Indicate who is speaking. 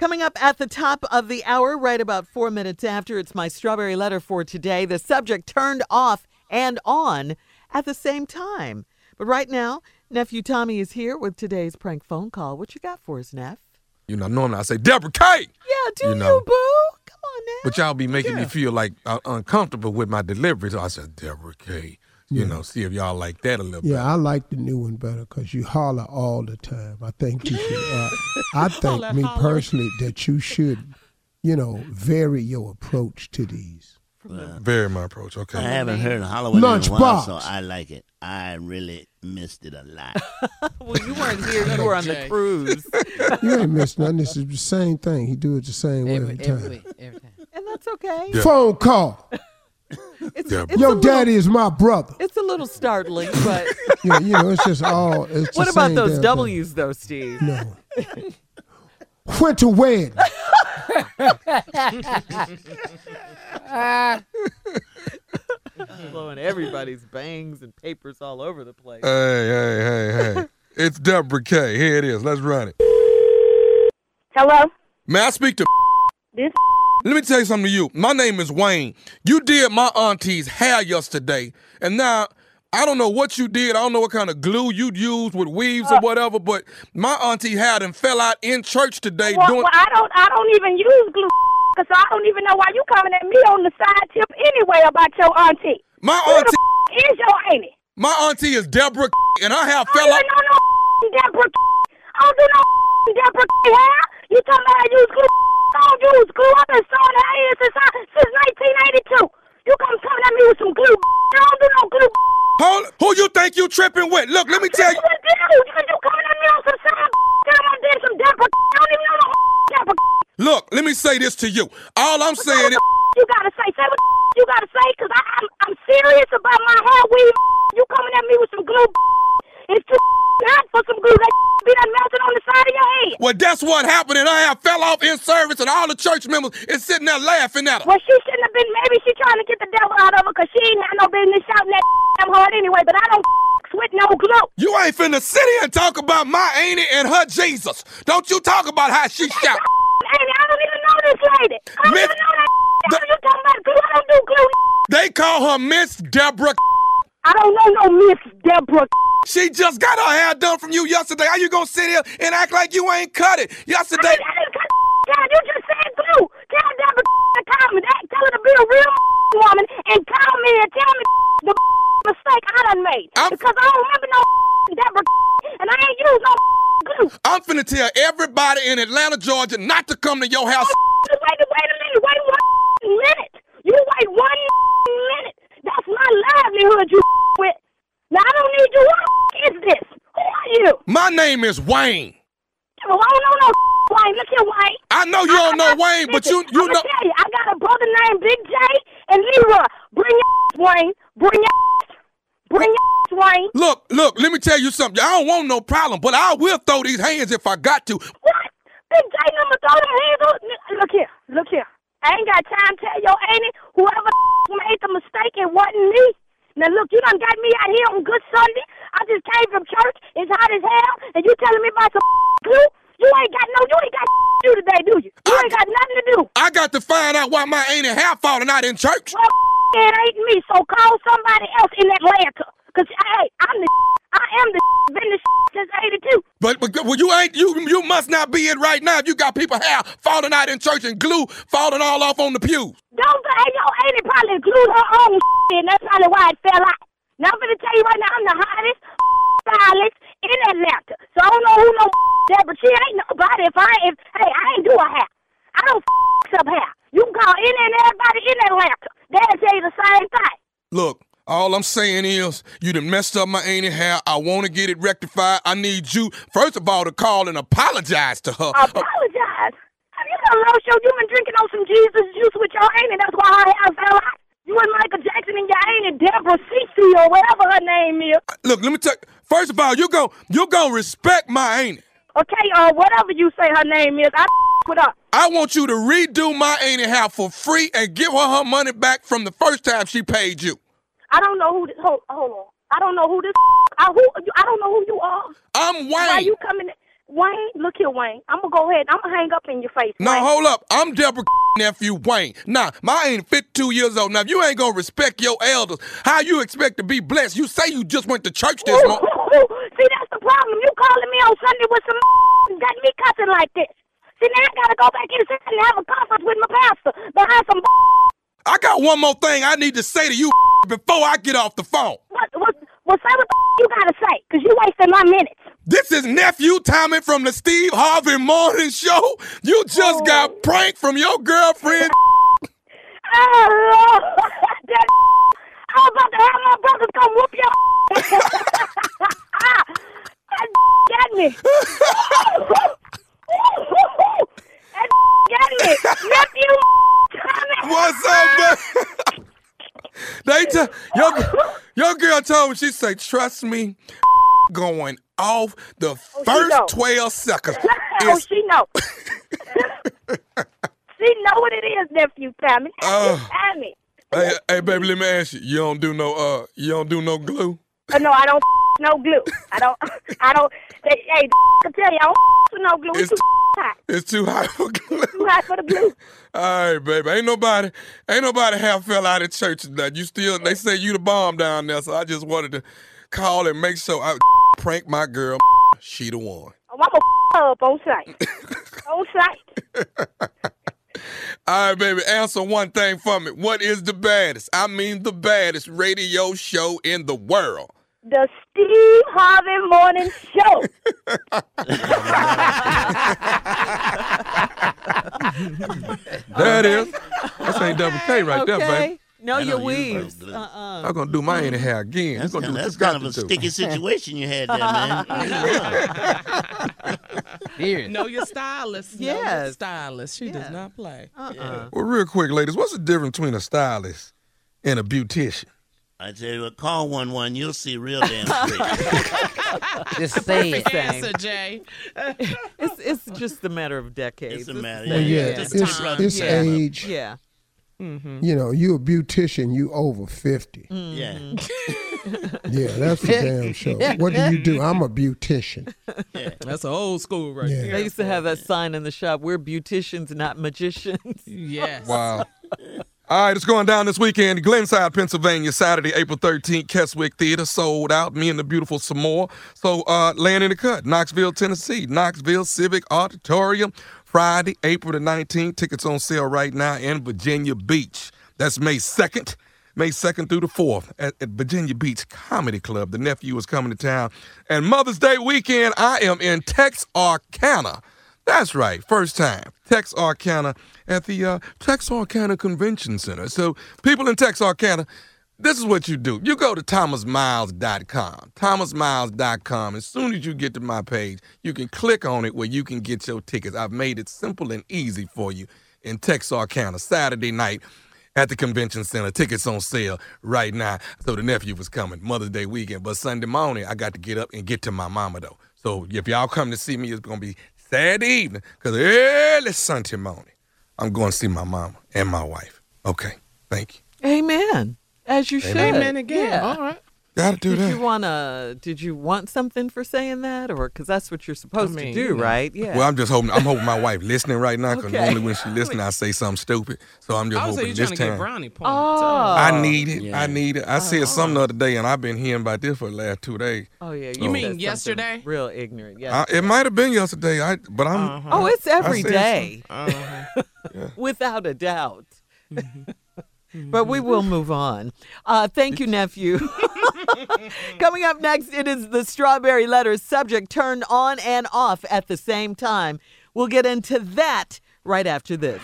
Speaker 1: Coming up at the top of the hour, right about four minutes after, it's my strawberry letter for today. The subject turned off and on at the same time. But right now, nephew Tommy is here with today's prank phone call. What you got for us, Neff?
Speaker 2: You know, normally I say Deborah K,
Speaker 1: Yeah, do
Speaker 2: You
Speaker 1: you,
Speaker 2: know.
Speaker 1: boo? Come on, Neff.
Speaker 2: but y'all be making me feel like uh, uncomfortable with my delivery. So I said Deborah K. You know, see if y'all like that a little
Speaker 3: Yeah, I like the new one better because you holler all the time. I think you should. Uh, I think, me personally, that you should, you know, vary your approach to these.
Speaker 2: bit. Very my approach. Okay.
Speaker 4: I haven't heard Hollywood in a while,
Speaker 3: Lunchbox.
Speaker 4: so I like it. I really missed it a lot.
Speaker 1: Well, you weren't here. You were on the cruise.
Speaker 3: You ain't missed nothing. This is the same thing. He do it the same way every
Speaker 5: Every, every
Speaker 3: time.
Speaker 5: week, every time.
Speaker 1: And that's okay.
Speaker 2: Yeah.
Speaker 3: Phone call.
Speaker 1: It's,
Speaker 2: Yeah,
Speaker 1: it's, a
Speaker 3: Your
Speaker 1: little,
Speaker 3: daddy is my brother.
Speaker 1: it's a little startling, but
Speaker 3: Yeah, you know, it's just all. It's the
Speaker 1: what about
Speaker 3: same
Speaker 1: those
Speaker 3: damn
Speaker 1: W's, though, Steve?
Speaker 3: Thing. No. Went to wedding.
Speaker 1: Blowing everybody's bangs and papers all over the place.
Speaker 2: Hey, hey, hey, hey. it's Deborah K. Here it is. Let's run it.
Speaker 6: Hello,
Speaker 2: May I speak to?
Speaker 6: this
Speaker 2: Let me tell you something to you. My name is Wayne. You did my auntie's hair yesterday, and now I don't know what you did. I don't know what kind of glue you used with weaves or whatever, but my auntie had and fell out in church today
Speaker 6: well,
Speaker 2: doing.
Speaker 6: well, I don't, I don't even use glue, cause I don't even know why you coming at me on the side tip anyway about your auntie.
Speaker 2: My
Speaker 6: Who
Speaker 2: auntie.
Speaker 6: the is your auntie?
Speaker 2: My auntie is Deborah, and I have
Speaker 6: I
Speaker 2: fell
Speaker 6: don't
Speaker 2: out.
Speaker 6: even know no Deborah. I don't do no Deborah hair. You talking about I use glue? I don't use glue. I've been sewing her hair since I, since 1982. You come coming at me with some glue? I don't do no glue.
Speaker 2: Hold, who you think you tripping with? Look, let me tell you.
Speaker 6: What you do? You you coming at me on some side? I'm on did some Deborah. I don't even know no Deborah.
Speaker 2: Look, let me say this to you. All I'm saying is,
Speaker 6: you gotta say, say what you gotta say, cause I, I'm, I'm serious about my hair weave. You coming at me with some glue? It's too hot for some glue. That be done melted on the side of your head.
Speaker 2: well, that's what happened, and I have fell off in service, and all the church members is sitting there laughing at her.
Speaker 6: Well, she shouldn't have been. Maybe she trying to get the devil out of her, cause she ain't had no business shouting that damn hard anyway. But I don't with no glue.
Speaker 2: You ain't finna sit here and talk about my auntie and her Jesus. Don't you talk about how she shout.
Speaker 6: Amy, I don't even know this lady. I don't
Speaker 2: Miss-
Speaker 6: even know that. How
Speaker 2: the-
Speaker 6: you talking about glue? I don't do glue.
Speaker 2: They call her Miss Deborah.
Speaker 6: I don't know no Miss Deborah.
Speaker 2: She just got her hair done from you yesterday. How you gonna sit here and act like you ain't cut it? Yesterday,
Speaker 6: I didn't cut down. You just said glue. Tell Deborah to call me. That, tell her to be a real woman and call me and tell me the mistake I done made.
Speaker 2: I'm-
Speaker 6: Because I don't remember no Deborah and I ain't used no glue.
Speaker 2: I'm finna tell everybody in Atlanta, Georgia, not to come to your house.
Speaker 6: Just wait, wait a minute. Wait one minute. You wait one minute. That's my livelihood you with. Now, I don't need you. Who the is this? Who are you?
Speaker 2: My name is Wayne.
Speaker 6: Well, I don't know no Wayne. Look here, Wayne.
Speaker 2: I know you don't know Wayne, but you you
Speaker 6: I'ma
Speaker 2: know
Speaker 6: tell you, I got a brother named Big J and Leroy. Bring your Wayne. Bring your Bring your Wayne.
Speaker 2: Look, look, let me tell you something. I don't want no problem, but I will throw these hands if I got to.
Speaker 6: What? Big J number throw them hands up. Look here. Look here. I ain't got time to tell your auntie whoever made the mistake, it wasn't me. Now look, you done got me out here on Good Sunday. I just came from church. It's hot as hell, and you telling me about some glue? You ain't got no. You ain't got to do today, do you? You ain't got nothing to do.
Speaker 2: I got to find out why my auntie hair falling out in church.
Speaker 6: Well, it ain't me, so call somebody else in Atlanta. Cause hey, I'm the I am the been the since '82.
Speaker 2: But, but well, you ain't you you must not be it right now if you got people hair falling out in church and glue falling all off on the pews.
Speaker 6: Don't go, hey, yo, Amy probably glued her own and that's probably why it fell out. Now I'm gonna tell you right now, I'm the hottest stylist in Atlanta. So I don't know who no that, but she ain't nobody. If I if hey, I ain't do a hair. I don't up hair. You can call any and everybody in Atlanta. They'll tell you the same thing.
Speaker 2: Look, all I'm saying is you done messed up my auntie hair. I want to get it rectified. I need you first of all to call and apologize to her.
Speaker 6: Uh, apologize. Have you done lost your? You've been drinking on some Jesus juice with your auntie. That's why her hair fell out. You and Michael Jackson and your auntie Deborah Cece or whatever her name is.
Speaker 2: Look, let me tell you. First of all, you go you gonna respect my auntie.
Speaker 6: Okay, uh, whatever you say her name is, I with her.
Speaker 2: I want you to redo my auntie hair for free and give her her money back from the first time she paid you.
Speaker 6: I don't know who this. Hold, hold on. I don't know who this. I who. you- I don't know who you are.
Speaker 2: I'm
Speaker 6: Why
Speaker 2: Wayne.
Speaker 6: you coming? Wayne, look here, Wayne. I'm gonna go ahead. I'm gonna hang up in your face.
Speaker 2: Now
Speaker 6: Wayne.
Speaker 2: hold up. I'm Deborah nephew Wayne. Now, my ain't 52 years old. Now, if you ain't gonna respect your elders, how you expect to be blessed? You say you just went to church this
Speaker 6: Ooh,
Speaker 2: morning.
Speaker 6: ooh, ooh. See, that's the problem. You calling me on Sunday with some got me cussing like this. See, now I gotta go back inside and have a conference with my pastor behind some.
Speaker 2: I got one more thing I need to say to you before I get off the phone.
Speaker 6: What, what, what, say what the you gotta say, cause you wasting my minutes.
Speaker 2: This is nephew Tommy from the Steve Harvey Morning Show. You just got pranked from your girlfriend.
Speaker 6: Oh, Lord. that I'm about to have my brothers come whoop your That got me. that got me. Nephew, Tommy.
Speaker 2: What's up, man? they t- your, your girl told me, she said, trust me, going off the
Speaker 6: know.
Speaker 2: first 12 seconds.
Speaker 6: Oh,
Speaker 2: is-
Speaker 6: she know. she know what it is, nephew Tommy. Nephew
Speaker 2: Oh.
Speaker 6: Tommy.
Speaker 2: hey, hey, baby, let me ask you. You don't do no uh you don't do no glue?
Speaker 6: Uh, no, I don't no glue. I don't. I don't. They, hey, I tell you, I don't with no glue.
Speaker 2: It's-
Speaker 6: It's too hot.
Speaker 2: It's too high for
Speaker 6: Too
Speaker 2: glue.
Speaker 6: hot for the glue.
Speaker 2: All right, baby. Ain't nobody ain't nobody half fell out of church and that. You still they say you the bomb down there, so I just wanted to call and make sure I prank my girl. She the one.
Speaker 6: Oh, I'm gonna up on site. on site.
Speaker 2: All right, baby, answer one thing for me. What is the baddest? I mean, the baddest radio show in the world.
Speaker 6: The Steve Harvey Morning Show.
Speaker 2: There it is. That's ain't double K right
Speaker 1: okay.
Speaker 2: there, baby.
Speaker 1: No,
Speaker 4: I
Speaker 1: your
Speaker 4: don't use
Speaker 1: weaves.
Speaker 4: those.
Speaker 1: Uh-uh.
Speaker 2: I'm gonna do my in hair again.
Speaker 4: That's
Speaker 2: I'm gonna
Speaker 4: kind, of,
Speaker 2: do what
Speaker 4: that's
Speaker 2: you got
Speaker 4: kind of a
Speaker 2: to do.
Speaker 4: sticky situation you had there, man.
Speaker 5: Serious.
Speaker 7: Know your stylist. Know your
Speaker 1: Yes.
Speaker 7: stylist. She
Speaker 1: Yeah.
Speaker 7: does not play.
Speaker 1: Uh-uh.
Speaker 2: Well, real quick, ladies, what's the difference between a stylist and a beautician?
Speaker 4: I tell you what, call one one. You'll see real damn straight.
Speaker 5: Just say it.
Speaker 1: Same.
Speaker 7: Answer, Jay.
Speaker 1: It's it's just a matter of decades.
Speaker 4: It's a
Speaker 1: the
Speaker 4: matter.
Speaker 1: same.
Speaker 3: yeah,
Speaker 1: Yeah.
Speaker 4: Just
Speaker 3: it's,
Speaker 4: time.
Speaker 3: it's
Speaker 4: Yeah.
Speaker 3: age.
Speaker 1: Yeah.
Speaker 3: You know, you a beautician, you over 50.
Speaker 4: yeah,
Speaker 3: Yeah, that's the damn show. What do you do? I'm a beautician.
Speaker 4: yeah.
Speaker 7: That's old school right
Speaker 3: Yeah.
Speaker 1: They
Speaker 7: there.
Speaker 1: used to have that sign in the shop. We're beauticians, not magicians.
Speaker 7: Yes.
Speaker 2: Wow. All right, it's going down this weekend. Glenside, Pennsylvania, Saturday, April 13th, Keswick Theater, sold out. Me and the beautiful Samore. So, uh, Land in the Cut, Knoxville, Tennessee, Knoxville Civic Auditorium, Friday, April the 19th. Tickets on sale right now in Virginia Beach. That's May 2nd. May 2nd through the 4th at, at Virginia Beach Comedy Club. The nephew is coming to town. And Mother's Day weekend, I am in Texarkana. That's right, first time. Texarkana at the uh, Texarkana Convention Center. So, people in Texarkana, this is what you do. You go to thomasmiles.com, thomasmiles.com. As soon as you get to my page, you can click on it where you can get your tickets. I've made it simple and easy for you in Texarkana, Saturday night at the convention center. Tickets on sale right now. So the nephew was coming Mother's Day weekend, but Sunday morning I got to get up and get to my mama though. So if y'all come to see me, it's gonna be Saturday evening because early Sunday morning I'm going to see my mama and my wife. Okay, thank you.
Speaker 1: Amen. As you should.
Speaker 7: Amen again.
Speaker 1: Yeah.
Speaker 7: All right.
Speaker 2: Gotta do
Speaker 1: Did you
Speaker 2: that.
Speaker 1: wanna? Did you want something for saying that, or because that's what you're supposed to
Speaker 7: mean,
Speaker 1: do,
Speaker 7: you know.
Speaker 1: right? Yeah.
Speaker 2: Well, I'm just hoping. I'm hoping my wife listening right now because
Speaker 1: Okay.
Speaker 2: normally when she listens, I say something stupid. So I'm just
Speaker 7: I would say
Speaker 2: hoping
Speaker 7: you're
Speaker 2: this
Speaker 7: trying to get
Speaker 2: time.
Speaker 7: brownie points.
Speaker 1: oh.
Speaker 2: I need it.
Speaker 4: Yeah.
Speaker 2: I need it. I said something the other day, and I've been hearing about this for the last two days.
Speaker 1: Oh yeah. You,
Speaker 2: You
Speaker 1: said
Speaker 7: mean
Speaker 1: something
Speaker 7: yesterday?
Speaker 1: Real ignorant. Yeah.
Speaker 2: I, it might have been yesterday. I but I'm.
Speaker 1: oh, it's every
Speaker 2: said
Speaker 1: day,
Speaker 7: Uh-huh.
Speaker 1: without a doubt. But we will move on. Uh, thank you, nephew. Coming up next, it is the strawberry letters subject turned on and off at the same time. We'll get into that right after this.